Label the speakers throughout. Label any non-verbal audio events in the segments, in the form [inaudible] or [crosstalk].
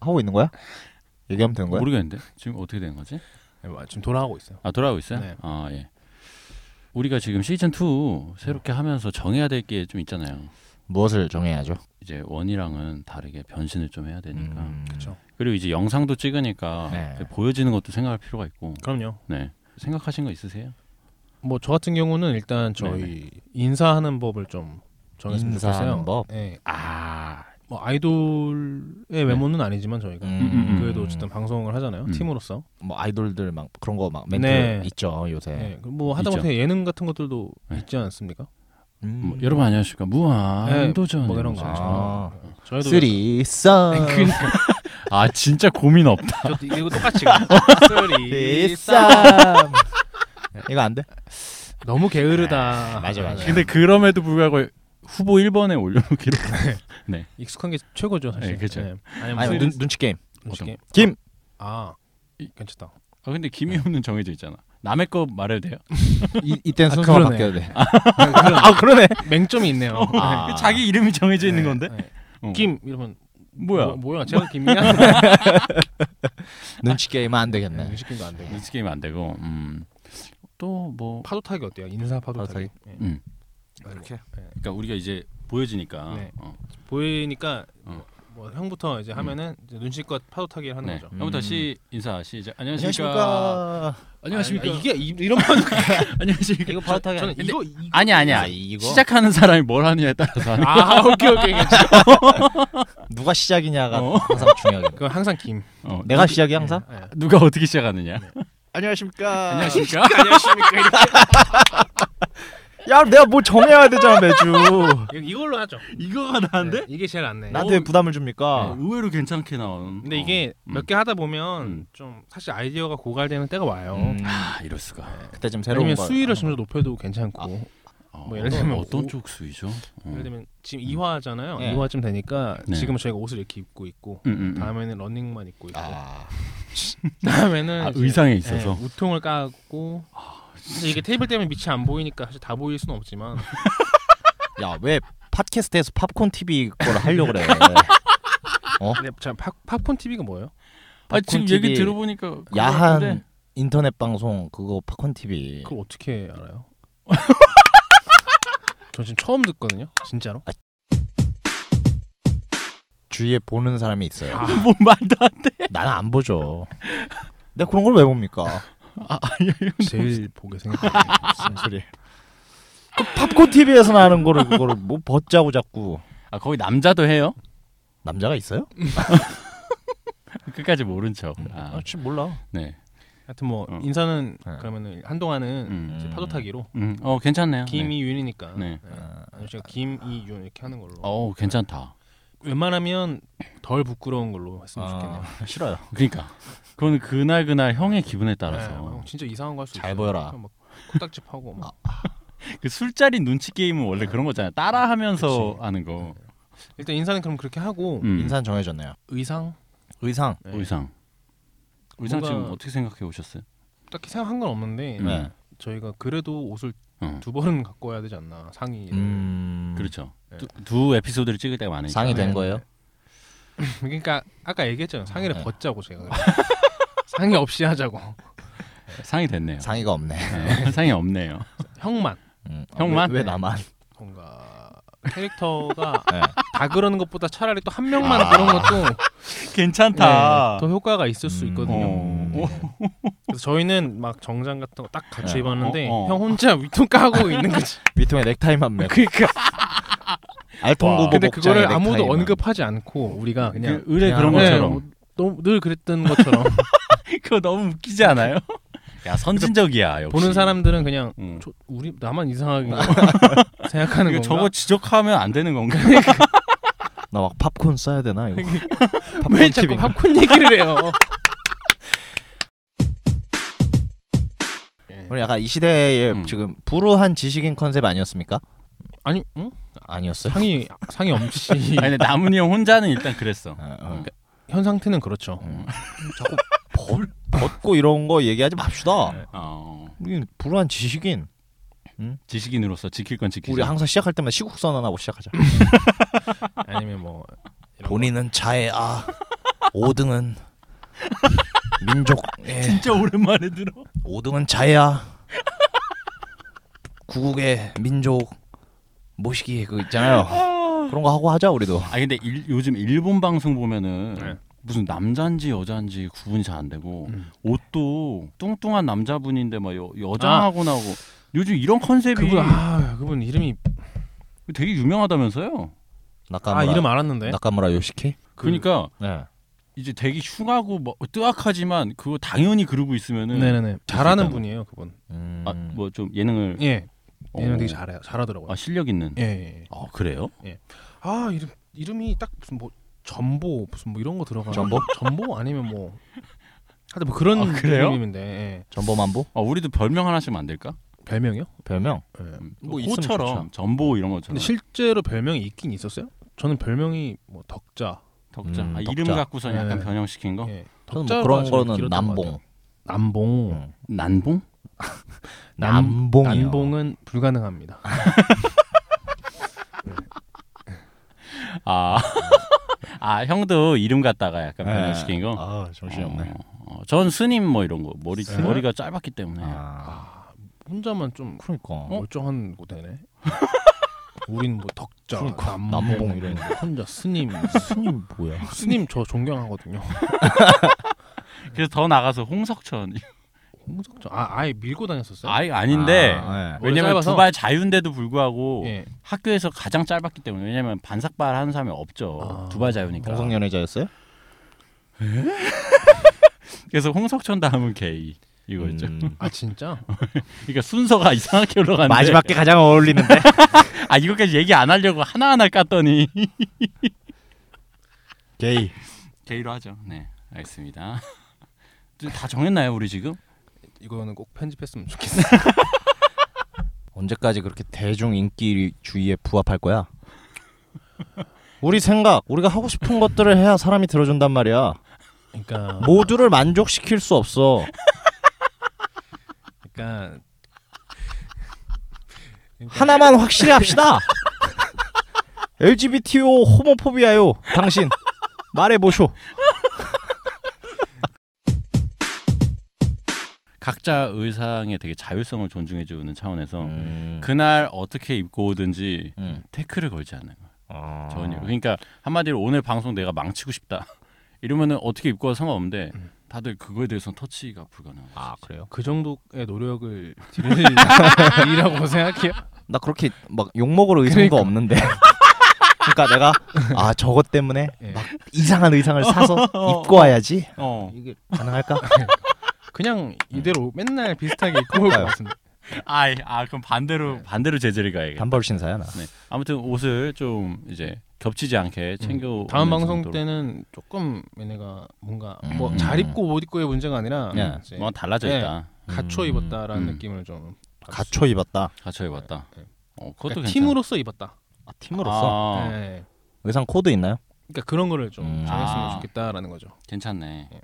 Speaker 1: 하고 있는 거야? 얘기하면 되는 거야?
Speaker 2: 모르겠는데 지금 어떻게 되는 거지?
Speaker 3: 네, 지금 돌아가고 있어요.
Speaker 2: 아 돌아오고 있어요?
Speaker 3: 네.
Speaker 2: 아 예. 우리가 지금 시즌 2 새롭게 하면서 정해야 될 게 좀 있잖아요.
Speaker 1: 무엇을 정해야죠?
Speaker 2: 이제 원이랑은 다르게 변신을 좀 해야 되니까.
Speaker 1: 음.
Speaker 3: 그렇죠.
Speaker 2: 그러니까. 그리고 이제 영상도 찍으니까 그
Speaker 1: 네.
Speaker 2: 보여지는 것도 생각할 필요가 있고.
Speaker 3: 그럼요.
Speaker 2: 네. 생각하신 거 있으세요?
Speaker 3: 뭐 저 같은 경우는 일단 저희 인사하는 법을 좀 정했으면
Speaker 1: 인사하는
Speaker 3: 좋겠어요.
Speaker 1: 법?
Speaker 3: 네.
Speaker 1: 아,
Speaker 3: 뭐 아이돌의 외모는 아니지만 저희가
Speaker 1: 음,
Speaker 2: 음,
Speaker 3: 그래도 어쨌든 방송을 하잖아요.
Speaker 2: 음.
Speaker 3: 팀으로서.
Speaker 1: 뭐 아이돌들 막 그런 거 막 멘트
Speaker 3: 네.
Speaker 1: 있죠 요새.
Speaker 3: 네. 그뭐 하다못해 예능 같은 것들도
Speaker 2: 네.
Speaker 3: 있지 않습니까?
Speaker 1: 음.
Speaker 2: 뭐, 여러분 안녕하십니까? 무한
Speaker 3: 네,
Speaker 2: 도전
Speaker 3: 뭐 이런 거.
Speaker 1: 아,
Speaker 3: 저희도
Speaker 1: 쓰리 썸.
Speaker 2: 아 진짜 고민 없다.
Speaker 3: 저도 이거 [laughs] 똑같이
Speaker 1: 쓰리
Speaker 3: 쓰리
Speaker 1: 썸. 이거 안 돼?
Speaker 3: 너무 게으르다.
Speaker 1: 네.
Speaker 3: 네.
Speaker 1: 맞아, 맞아.
Speaker 2: 근데 그럼에도 불구하고 후보 1번에 올려놓기로.
Speaker 3: 익숙한 게 최고죠 사실.
Speaker 2: 네, 그렇죠.
Speaker 3: 아니면
Speaker 1: 아니 눈, 눈치 게임.
Speaker 3: 눈치 게임.
Speaker 1: 김.
Speaker 3: 아
Speaker 2: 이-
Speaker 3: 괜찮다.
Speaker 2: [laughs] 아 근데 김이호는 정해져 있잖아. 남의 거 말해도 돼요?
Speaker 1: 이 이때는
Speaker 3: 아,
Speaker 1: 순서가
Speaker 3: 그러네.
Speaker 1: 바뀌어야 돼.
Speaker 3: 아 그러네. 맹점이 있네요.
Speaker 1: 아.
Speaker 2: 그 자기 이름이 정해져 있는 건데.
Speaker 3: 네.
Speaker 2: 어.
Speaker 3: 김 이러면
Speaker 2: 뭐야?
Speaker 3: 뭐, 뭐야? 제가 김이야?
Speaker 1: 눈치 게임은 안 되겠네.
Speaker 3: 음식 게임도 안 돼.
Speaker 2: 눈치 게임 안 되고. 음. 또뭐
Speaker 3: 파도 타기 어때요? 인사 파도
Speaker 1: 파도
Speaker 3: 타기. 예.
Speaker 2: 음.
Speaker 1: 이렇게.
Speaker 2: 그러니까 우리가 이제 보여지니까
Speaker 3: 네.
Speaker 2: 어.
Speaker 3: 보이니까
Speaker 2: 어.
Speaker 3: 뭐 형부터 이제 하면은 이제 눈치껏 파도 타기를 하는
Speaker 2: 네.
Speaker 3: 거죠. 음.
Speaker 2: 아무튼 시 인사 시작. 안녕하십니까.
Speaker 1: 안녕하십니까.
Speaker 2: 안녕하십니까.
Speaker 3: 아, 이게 이, 이런 판
Speaker 2: [laughs] 안녕하십니까.
Speaker 1: 이거 바로 타기
Speaker 3: 저는
Speaker 2: [laughs]
Speaker 3: 이거 이-
Speaker 2: 아니 아니야.
Speaker 1: 이거
Speaker 2: 시작하는 사람이 뭘 하느냐에 따라서 하는
Speaker 3: 아 오케이 오케이 괜찮아.
Speaker 1: 누가 시작이냐가
Speaker 2: 어.
Speaker 1: 항상
Speaker 3: [laughs]
Speaker 1: 중요하게.
Speaker 3: 그건 항상 김.
Speaker 2: 어,
Speaker 1: 내가 시작이 항상?
Speaker 3: 예, 예.
Speaker 2: 누가 어떻게 시작하느냐.
Speaker 1: 안녕하십니까.
Speaker 2: 안녕하십니까.
Speaker 3: 안녕하십니까 이렇게.
Speaker 1: 야, 내가 뭐 정해야 되잖아 매주.
Speaker 3: 이- [laughs] 이걸로 하죠.
Speaker 2: 이거가 나은데?
Speaker 3: 네, 이게 제일 안 내.
Speaker 1: 아, 나한테 부담을
Speaker 2: 어,
Speaker 1: 줍니까?
Speaker 2: 의외로 괜찮게 나온.
Speaker 3: 근데
Speaker 2: 어.
Speaker 3: 이게
Speaker 2: 음.
Speaker 3: 몇 개 하다 보면
Speaker 2: 음.
Speaker 3: 좀 사실 아이디어가 고갈되는 때가 와요.
Speaker 1: 음,
Speaker 2: 아 이럴 수가.
Speaker 1: 그때 좀 새로운
Speaker 3: 아니면
Speaker 1: 거.
Speaker 3: 수위를 좀 더 높여도 괜찮고
Speaker 2: 어,
Speaker 3: 뭐 예를 들면
Speaker 2: 어떤
Speaker 3: 오-
Speaker 2: 쪽 수이죠? 어.
Speaker 3: 예를 들면 지금 2화잖아요.
Speaker 1: 예.
Speaker 3: 2화쯤 되니까
Speaker 2: 네.
Speaker 3: 지금 저희가 옷을 이렇게 입고 있고
Speaker 2: 음, 음, 음.
Speaker 3: 다음에는 러닝만 입고 있고
Speaker 1: 아,
Speaker 3: 다음에는
Speaker 2: 아,
Speaker 3: 이제,
Speaker 2: 의상에 있어서. 아,
Speaker 3: 예, 우통을 까고 근데 이게 테이블 때문에 밑이 안 보이니까 사실 다 보일
Speaker 2: [laughs]
Speaker 3: 수는 없지만
Speaker 1: 야, 왜 팟캐스트에서 팝콘 TV 걸 하려고 그래?
Speaker 3: 근데 자, 팝, 팝콘 TV가 뭐예요?
Speaker 2: 아 지금
Speaker 1: 팝콘
Speaker 2: 얘기
Speaker 1: TV
Speaker 2: 들어보니까 그거 같은데?
Speaker 1: 야한 인터넷 방송 그거 팝콘 TV.
Speaker 2: 예.
Speaker 3: 그걸 어떻게 알아요? [laughs] 저 지금 처음 듣거든요. 진짜로.
Speaker 1: 주위에 보는 사람이
Speaker 3: [laughs]
Speaker 1: 있어요.
Speaker 3: 아.
Speaker 2: 뭔뭐 말도 안 돼.
Speaker 1: 나는 안 보죠. 내가 그런 걸 왜 봅니까?
Speaker 3: 제일 보게 생겼어요.
Speaker 1: 무슨 소리? 그 팝콘 TV에서 나는 거를 그거를 뭐 벗자고 자꾸
Speaker 2: 아 거기 남자도 해요? [laughs]
Speaker 1: 남자가 있어요?
Speaker 2: 끝까지 모른 척.
Speaker 1: 아,
Speaker 3: 어,
Speaker 2: 아,
Speaker 1: 지금 몰라.
Speaker 2: 네.
Speaker 3: [laughs] 하여튼 뭐
Speaker 2: 어.
Speaker 3: 인사는
Speaker 1: 네.
Speaker 3: 그러면은 한동안은
Speaker 2: 음.
Speaker 3: 이제 파도 타기로
Speaker 2: 음. 어 괜찮네요. 네.
Speaker 3: 김이윤이니까
Speaker 2: 네.
Speaker 1: 어,
Speaker 3: 아니면 제가 김이윤 이렇게 하는 걸로
Speaker 2: 어 괜찮다.
Speaker 3: 웬만하면 덜 부끄러운 걸로 했으면 좋겠네요.
Speaker 1: 아, 싫어요.
Speaker 2: 그러니까 그건 그날 그날 형의 기분에
Speaker 3: 네,
Speaker 2: 따라서
Speaker 3: 막 진짜 이상한 거 할 수 있어요.
Speaker 1: 잘 보여라.
Speaker 3: 막 코딱지 파고
Speaker 1: [laughs]
Speaker 3: 막.
Speaker 2: 그 술자리 눈치 게임은 원래 그런 거잖아요. 따라하면서 하는 거.
Speaker 3: 일단 인사는 그럼 그렇게 하고
Speaker 2: 음.
Speaker 1: 인사는 정해졌네요.
Speaker 3: 의상
Speaker 1: 의상.
Speaker 3: 네.
Speaker 2: 의상. 의상
Speaker 3: 뭔가-
Speaker 2: 지금 어떻게 생각해 오셨어요?
Speaker 3: 딱히 생각한 건 없는데
Speaker 1: 네.
Speaker 3: 저희가 그래도 옷을
Speaker 2: 어.
Speaker 3: 두 번은 갖고 와야 되지 않나 상의를
Speaker 1: 음.
Speaker 2: 그렇죠.
Speaker 3: 네.
Speaker 2: 두, 두 에피소드를 찍을 때가 많으니까.
Speaker 1: 상이 된
Speaker 3: 네.
Speaker 1: 거예요?
Speaker 3: [laughs] 그러니까 아까 얘기했잖아요 상의를
Speaker 1: 네. [laughs]
Speaker 3: 벗자고 제가 상의 없이 하자고
Speaker 2: 상이 됐네요.
Speaker 1: 상의가 없네.
Speaker 2: 네, [laughs] 상이 없네요.
Speaker 3: [laughs] 형만
Speaker 1: 음. 아,
Speaker 2: 형만?
Speaker 1: 왜, 왜 나만?
Speaker 3: 뭔가 캐릭터가
Speaker 1: [laughs] 네.
Speaker 3: 다 그러는 것보다 차라리 또 한 명만
Speaker 1: 아.
Speaker 3: 그런
Speaker 1: [laughs]
Speaker 3: 것도
Speaker 2: 괜찮다.
Speaker 3: 네, 더 효과가 있을 수
Speaker 1: 음.
Speaker 3: 있거든요.
Speaker 2: 어. 어.
Speaker 3: 그래서 저희는 막 정장 같은 거 딱 같이
Speaker 1: 네.
Speaker 3: 입었는데
Speaker 2: 어, 어.
Speaker 3: 형 혼자 [laughs] 위통 까고 있는 거지.
Speaker 1: 위통에 넥타이만 매.
Speaker 3: 그러니까
Speaker 1: 알통고보
Speaker 3: 근데
Speaker 1: 복장에
Speaker 3: 그거를 아무도
Speaker 1: 넥타이만.
Speaker 3: 언급하지 않고 우리가 그냥
Speaker 2: 그 의뢰 그런
Speaker 3: 네,
Speaker 2: 것처럼.
Speaker 3: 뭐, [laughs] 너무 늘
Speaker 2: [laughs]
Speaker 3: 그랬던 것처럼
Speaker 2: 그거 너무 웃기지 않아요? [laughs] 야 선진적이야 역시.
Speaker 3: 보는 사람들은 그냥
Speaker 2: 음.
Speaker 3: 저, 우리 나만 이상하게 [laughs] 생각하는
Speaker 2: 아. 이거
Speaker 3: 건가?
Speaker 2: 저거 지적하면 안 되는 건가?
Speaker 1: 나 막 팝콘 써야 되나 이거.
Speaker 3: 왜 자꾸
Speaker 1: 팝콘
Speaker 3: 팝콘 얘기를 해요? [laughs]
Speaker 1: 우리 약간 이 시대에
Speaker 2: 음.
Speaker 1: 지금 불우한 지식인 컨셉 아니었습니까?
Speaker 3: 아니, 응?
Speaker 1: 아니었어요.
Speaker 3: 상의 상의 없이
Speaker 2: [laughs] 아니 근데 남은이 형 혼자는 일단 그랬어.
Speaker 1: 아, 어.
Speaker 3: 현 상태는 그렇죠.
Speaker 1: 자꾸 벌 벗고 이런 거 얘기하지 맙시다.
Speaker 2: 어,
Speaker 1: 우리 불우한 지식인.
Speaker 2: 지식인으로서 지킬 건 지키자.
Speaker 1: 우리 항상 시작할 때마다 시국선 언하고 시작하자.
Speaker 3: 아니면 뭐 이런
Speaker 1: 본인은 자의 아 5등은 [laughs] 민족. 예.
Speaker 2: 진짜 오랜만에 들어.
Speaker 1: 5등은 자야. 구국의 민족 모시기 그 있잖아요. 그런 거 하고 하자 우리도.
Speaker 2: [laughs] 아 근데 일- 요즘 일본 방송 보면은
Speaker 3: 네.
Speaker 2: 무슨 남자인지 여자인지 구분이 잘 안 되고
Speaker 3: 음.
Speaker 2: 옷도 뚱뚱한 남자분인데 막 여, 여장하고 나고 요즘 이런 컨셉이
Speaker 3: 그분 아 그분 이름이
Speaker 2: 되게 유명하다면서요?
Speaker 1: 나카무라.
Speaker 3: 아 이름 알았는데
Speaker 1: 나카무라 요시키.
Speaker 2: 그... 러니까
Speaker 1: 네.
Speaker 2: 이제 되게 흉하고 뭐 뜨악하지만 그거 당연히 그러고 있으면은
Speaker 3: 네네네 잘하는
Speaker 2: 있다고.
Speaker 3: 분이에요 그분
Speaker 1: 음.
Speaker 2: 아, 뭐 좀 예능을
Speaker 3: 예 얘는
Speaker 2: 어.
Speaker 3: 되게 잘해 잘하더라고요
Speaker 2: 아 실력 있는.
Speaker 3: 예, 예, 예.
Speaker 2: 아 그래요?
Speaker 3: 아 이름 이름이 딱 무슨 뭐 전보 무슨 뭐 이런 거 들어가
Speaker 1: 전보?
Speaker 3: [laughs] 전보 아니면 뭐 하여튼 뭐 그런
Speaker 2: 아, 그래요?
Speaker 3: 이름인데 예.
Speaker 1: 전범만보
Speaker 2: 아 우리도 별명 하나씩 만들까?
Speaker 3: 별명이요?
Speaker 1: 별명.
Speaker 3: 예.
Speaker 2: 음,
Speaker 1: 뭐 있으면
Speaker 2: 호처럼 전보 이런 것처럼
Speaker 3: 근데 실제로 별명이 있긴 있었어요? 저는 별명이 뭐 덕자
Speaker 2: 덕자
Speaker 1: 음,
Speaker 2: 아,
Speaker 1: 덕자.
Speaker 2: 이름 갖고선 약간
Speaker 3: 네.
Speaker 2: 변형시킨 거
Speaker 3: 예.
Speaker 1: 저는 뭐
Speaker 3: 덕자가
Speaker 1: 그런
Speaker 3: 제일
Speaker 1: 거는
Speaker 3: 길었던 것
Speaker 1: 남봉.
Speaker 3: 같아요. 남봉
Speaker 1: 음.
Speaker 2: 난봉
Speaker 3: 남-
Speaker 1: 남봉이요.
Speaker 3: 난봉은 불가능합니다
Speaker 2: 아, [laughs] 아 형도 이름 갖다가 약간 변형시킨 거.
Speaker 1: 네. 아 정신이 없네.
Speaker 2: 어, 어, 전 스님 뭐 이런 거 머리
Speaker 1: 스님?
Speaker 2: 머리가 짧았기 때문에
Speaker 1: 아
Speaker 3: 혼자만 좀
Speaker 1: 그러니까
Speaker 3: 멀쩡한
Speaker 1: [laughs]
Speaker 3: 거 되네 우린 뭐 덕자
Speaker 1: 그러니까,
Speaker 3: 남봉,
Speaker 1: 남봉 이런 거.
Speaker 3: 혼자 스님
Speaker 1: [laughs] 스님 뭐야?
Speaker 3: 스님 저 존경하거든요
Speaker 1: 네.
Speaker 2: 그래서 더 나가서 홍석천
Speaker 3: 홍석천 아 아예 밀고 다녔었어요
Speaker 2: 아이 아닌데
Speaker 1: 아,
Speaker 3: 네.
Speaker 2: 왜냐면
Speaker 3: 머리 짧아서?
Speaker 2: 두발 자유인데도 불구하고
Speaker 3: 예.
Speaker 2: 학교에서 가장 짧았기 때문에 왜냐면 반삭발 하는 사람이 없죠
Speaker 3: 아.
Speaker 2: 두발 자유니까
Speaker 1: 동성연애자였어요?
Speaker 2: 그래서 홍석천 다음은 게이 이거였죠
Speaker 1: 음.
Speaker 3: 아 진짜
Speaker 2: 그러니까 순서가 [laughs] 이상하게 올라가는데
Speaker 1: 마지막 게 가장 [laughs] 어울리는데.
Speaker 2: 아 이거까지 얘기 안 하려고 하나하나 깠더니
Speaker 1: 게이.
Speaker 2: 게이로 하죠 네 [laughs] 알겠습니다 다 정했나요 우리 지금
Speaker 3: 이거는 꼭 편집했으면 좋겠어요
Speaker 1: 언제까지 그렇게 대중 인기주의에 부합할 거야? 우리 생각, 우리가 하고 싶은 것들을 해야 사람이 들어준단 말이야.
Speaker 3: [laughs] 그러니까
Speaker 1: 모두를 만족시킬 수 없어.
Speaker 3: 그러니까
Speaker 1: 하나만 확실히 합시다. LGBTO 호모포비아요. 당신 말해 보쇼.
Speaker 2: 각자 의상에 되게 자율성을 존중해 주는 차원에서 음. 그날 어떻게 입고 오든지
Speaker 1: 음.
Speaker 2: 태클을 걸지 않는 거예요.
Speaker 1: 아.
Speaker 2: 전혀. 그러니까 한마디로 오늘 방송 내가 망치고 싶다. [laughs] 이러면은 어떻게 입고 와도 상관없는데 다들 그거에 대해서 는 터치가 불가능해요.
Speaker 1: 아 그래요?
Speaker 3: 그 정도의 노력을 들일 일이라고 [laughs] 생각해요
Speaker 1: 나 그렇게 막 욕먹을 의상도
Speaker 3: 그러니까.
Speaker 1: 없는데. 그러니까 내가 아 저것 때문에
Speaker 3: 예.
Speaker 1: 막 이상한 의상을 사서 입고 와야지
Speaker 2: 어.
Speaker 3: 이게 [laughs]
Speaker 1: 가능할까?
Speaker 3: 네. 그냥 이대로 맨날 비슷하게 입고 올 것 같습니다.
Speaker 2: 아, 아 그럼 반대로 반대로 제재를 가야겠다.
Speaker 1: 단벌 신사야 나.
Speaker 2: 네. 아무튼 옷을 좀 이제 겹치지 않게 챙겨
Speaker 3: 다음
Speaker 2: 오는
Speaker 3: 방송
Speaker 2: 뭐 정도로.
Speaker 3: 때는 조금 얘네가 뭔가
Speaker 1: 음.
Speaker 3: 뭐 잘 입고 못 입고의 문제가 아니라
Speaker 1: 예.
Speaker 3: 이제
Speaker 2: 네, 뭔가 달라져
Speaker 3: 네.
Speaker 2: 있다.
Speaker 3: 갖춰
Speaker 1: 음.
Speaker 3: 입었다라는
Speaker 2: 뭐, 음.
Speaker 3: 느낌을 좀 받을 수-
Speaker 1: 갖춰 입었다.
Speaker 2: 갖춰 입었다.
Speaker 3: 네.
Speaker 2: 어, 그것도
Speaker 3: 그러니까
Speaker 2: 괜찮아.
Speaker 3: 팀으로서 입었다.
Speaker 1: 아, 팀으로서
Speaker 2: 아,
Speaker 3: 예.
Speaker 1: 의상 코드 있나요?
Speaker 3: 그러니까 그런 거를 좀
Speaker 1: 음.
Speaker 3: 정했으면
Speaker 2: 아.
Speaker 3: 좋겠다라는 거죠.
Speaker 2: 괜찮네.
Speaker 3: 예.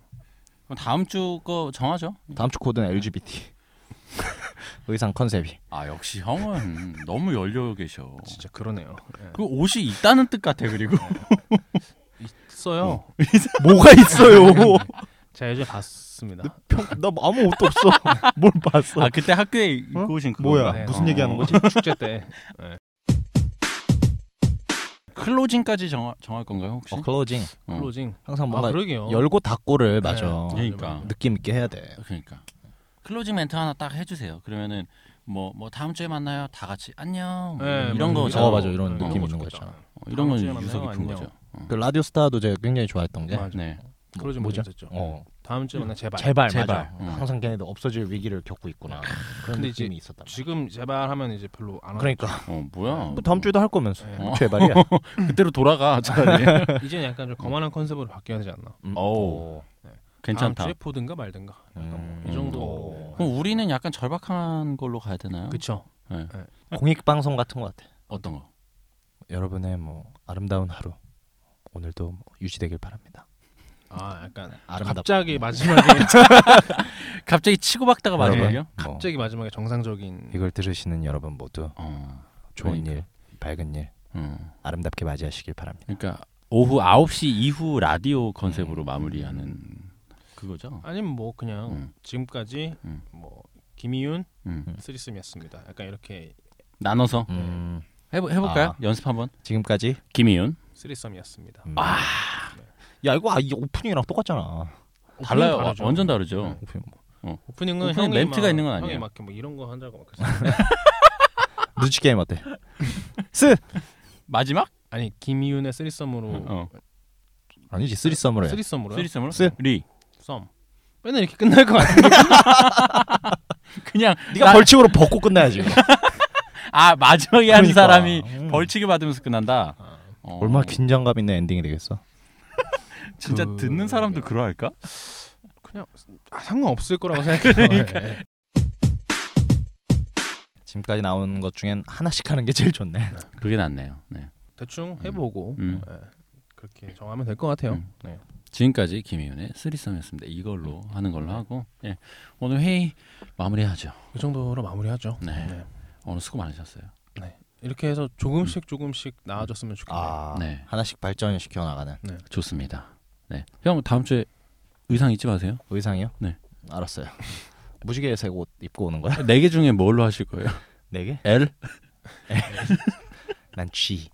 Speaker 2: 그럼 다음 주 거 정하죠.
Speaker 1: 다음 주 코드는 LGBT. [laughs] 의상 컨셉이.
Speaker 2: 아 역시 형은 [laughs] 너무 열려 계셔.
Speaker 3: 진짜 그러네요. 예.
Speaker 2: 그 옷이 있다는 뜻 같아 그리고
Speaker 3: 써요.
Speaker 1: 뭐가 있어요?
Speaker 3: 네. 제가 예전에 봤습니다.
Speaker 1: 평, 나 아무 옷도 없어. [laughs] 뭘 봤어?
Speaker 2: 아 그때 학교에 입고 오신 그거
Speaker 1: 뭐야?
Speaker 3: 네.
Speaker 1: 무슨
Speaker 2: 어.
Speaker 1: 얘기하는 거지?
Speaker 3: [laughs] 축제 때. 예.
Speaker 2: 클로징까지 정하, 정할 건가요 혹시?
Speaker 1: 어, 클로징.
Speaker 2: 어.
Speaker 3: 클로징.
Speaker 1: 항상
Speaker 3: 아
Speaker 1: 뭔가
Speaker 3: 그러게요.
Speaker 1: 열고 닫고를 맞아.
Speaker 3: 네.
Speaker 2: 그러니까
Speaker 1: 느낌 있게 해야 돼.
Speaker 2: 그러니까 클로징 멘트 하나 딱 해주세요. 그러면은 뭐 뭐 다음 주에 만나요. 다 같이 안녕 뭐
Speaker 3: 예,
Speaker 2: 이런
Speaker 3: 뭐
Speaker 2: 거
Speaker 1: 어,
Speaker 2: 잘-
Speaker 1: 맞아. 이런
Speaker 3: 예,
Speaker 1: 느낌
Speaker 3: 이런
Speaker 1: 있는 거
Speaker 3: 좋겠다.
Speaker 2: 어, 이런 건
Speaker 3: 다음 주에
Speaker 2: 유서
Speaker 3: 만나요,
Speaker 2: 깊은
Speaker 3: 안녕.
Speaker 2: 거죠.
Speaker 1: 그 라디오 스타도 제가 굉장히 좋아했던 게.
Speaker 3: 맞아.
Speaker 2: 네.
Speaker 3: 클로징
Speaker 1: 뭐죠?
Speaker 3: 먼저 했죠.
Speaker 1: 어
Speaker 3: 다음 주에 만나 제발.
Speaker 1: 제발,
Speaker 2: 제발.
Speaker 1: 맞아.
Speaker 2: 음.
Speaker 1: 항상 걔네도 없어질 위기를 겪고 있구나. 그런
Speaker 3: 근데
Speaker 1: 느낌이
Speaker 3: 이제
Speaker 1: 있었단 말이야.
Speaker 3: 지금 제발 하면 이제 별로 안 와.
Speaker 1: 그러니까
Speaker 2: 어 뭐야? 어,
Speaker 1: 뭐 다음 주에도 할 거면서
Speaker 3: 네.
Speaker 1: 뭐 제발이야.
Speaker 2: 그때로 돌아가 차라리.
Speaker 3: 이제는 약간 좀 거만한 컨셉으로 바뀌어야 되지 않나.
Speaker 1: 음.
Speaker 2: 어우.
Speaker 1: 오.
Speaker 2: [laughs] 괜찮다.
Speaker 3: 다음 주에 보든가 말든가.
Speaker 1: 음.
Speaker 3: 이
Speaker 1: 오.
Speaker 3: 정도.
Speaker 2: 그럼 우리는 약간 절박한 걸로 가야 되나요? 네.
Speaker 3: 그쵸.
Speaker 1: 공익 방송 같은 거 같아.
Speaker 2: 어떤 거?
Speaker 1: 여러분의 뭐 아름다운 하루 오늘도 뭐 유지되길 바랍니다.
Speaker 3: 아 약간
Speaker 1: 아름답-
Speaker 3: 갑자기 마지막에
Speaker 2: 갑자기 치고박다가 마지막이요?
Speaker 1: 뭐
Speaker 3: 갑자기 마지막에 정상적인
Speaker 1: 이걸 들으시는 여러분 모두
Speaker 2: 어.
Speaker 1: 좋은
Speaker 2: 그러니까.
Speaker 1: 일, 밝은 일
Speaker 2: 음.
Speaker 1: 아름답게 맞이하시길 바랍니다.
Speaker 2: 그러니까 오후 9시 이후 라디오 컨셉으로 마무리하는 그거죠.
Speaker 3: 아니면 뭐 그냥
Speaker 2: 음.
Speaker 3: 지금까지
Speaker 2: 음.
Speaker 3: 뭐 김희윤
Speaker 2: 음.
Speaker 3: 쓰리썸이었습니다. 약간 이렇게
Speaker 2: 나눠서
Speaker 1: 음,
Speaker 2: 해보, 해볼까요?
Speaker 1: 아.
Speaker 2: 연습 한번.
Speaker 1: 지금까지
Speaker 2: 김희윤.
Speaker 3: 쓰리썸이었습니다.
Speaker 1: 음. 야 이거 아, 이 오프닝이랑 똑같잖아.
Speaker 2: 어, 달라요.
Speaker 3: 오프닝 어, 다르죠.
Speaker 2: 완전 다르죠. 네.
Speaker 1: 오프닝. 뭐
Speaker 3: 오프닝은
Speaker 2: 오프닝
Speaker 3: 형이
Speaker 2: 멘트가
Speaker 3: 막-
Speaker 2: 있는 건 아니에요.
Speaker 3: 형이 막 이렇게 뭐 이런 거 한다고 막 그랬어요.
Speaker 1: 눈치 게임 어때? 스
Speaker 2: 마지막?
Speaker 3: [laughs] 아니 김희윤의 쓰리썸으로
Speaker 2: 어.
Speaker 1: 아니지 쓰리썸으로 해.
Speaker 3: 쓰리썸으로 요
Speaker 2: 쓰리썸으로?
Speaker 1: 쓰.
Speaker 2: 리. [laughs]
Speaker 3: 썸 맨날 이렇게 끝날 것 같은데
Speaker 1: 네가
Speaker 2: 그냥 나-
Speaker 1: 그러니까 벌칙으로 벗고 끝나야지. 뭐.
Speaker 2: 아 마지막에 하는
Speaker 1: 그러니까.
Speaker 2: 사람이
Speaker 1: 음.
Speaker 2: 벌칙을 받으면서 끝난다. 어.
Speaker 1: 얼마나 긴장감 있는 엔딩이 되겠어.
Speaker 2: 진짜
Speaker 3: 그-
Speaker 2: 듣는 사람도 그러할까?
Speaker 3: 그냥 [laughs] 아, 상관없을 [laughs] 거라고 생각해요. 예.
Speaker 1: 지금까지 나온 것 중엔 하나씩 하는 게 제일 좋네.
Speaker 2: 그게 낫네요. 네.
Speaker 3: 대충 해보고
Speaker 2: 음.
Speaker 3: 예. 그렇게 정하면 될 것 같아요.
Speaker 2: 음.
Speaker 3: 네.
Speaker 2: 지금까지 김희윤의 쓰리썸이었습니다. 이걸로 하는 걸로 하고 예. 오늘 회의 마무리하죠.
Speaker 3: 이 정도로 마무리하죠.
Speaker 2: 네.
Speaker 3: 네.
Speaker 2: 오늘 수고 많으셨어요.
Speaker 3: 이렇게 해서 조금씩 조금씩 나아졌으면 좋겠네요.
Speaker 1: 아
Speaker 2: 네.
Speaker 1: 하나씩 발전시켜 나가는
Speaker 2: 좋습니다. 네. 형 다음 주에 의상 잊지 마세요.
Speaker 1: 의상이요?
Speaker 2: 네.
Speaker 1: 알았어요. 무지개 색옷 입고 오는 거야?
Speaker 2: 네 개 중에 뭘로 하실 거예요?
Speaker 1: 네 개?
Speaker 2: L?
Speaker 1: 난 G.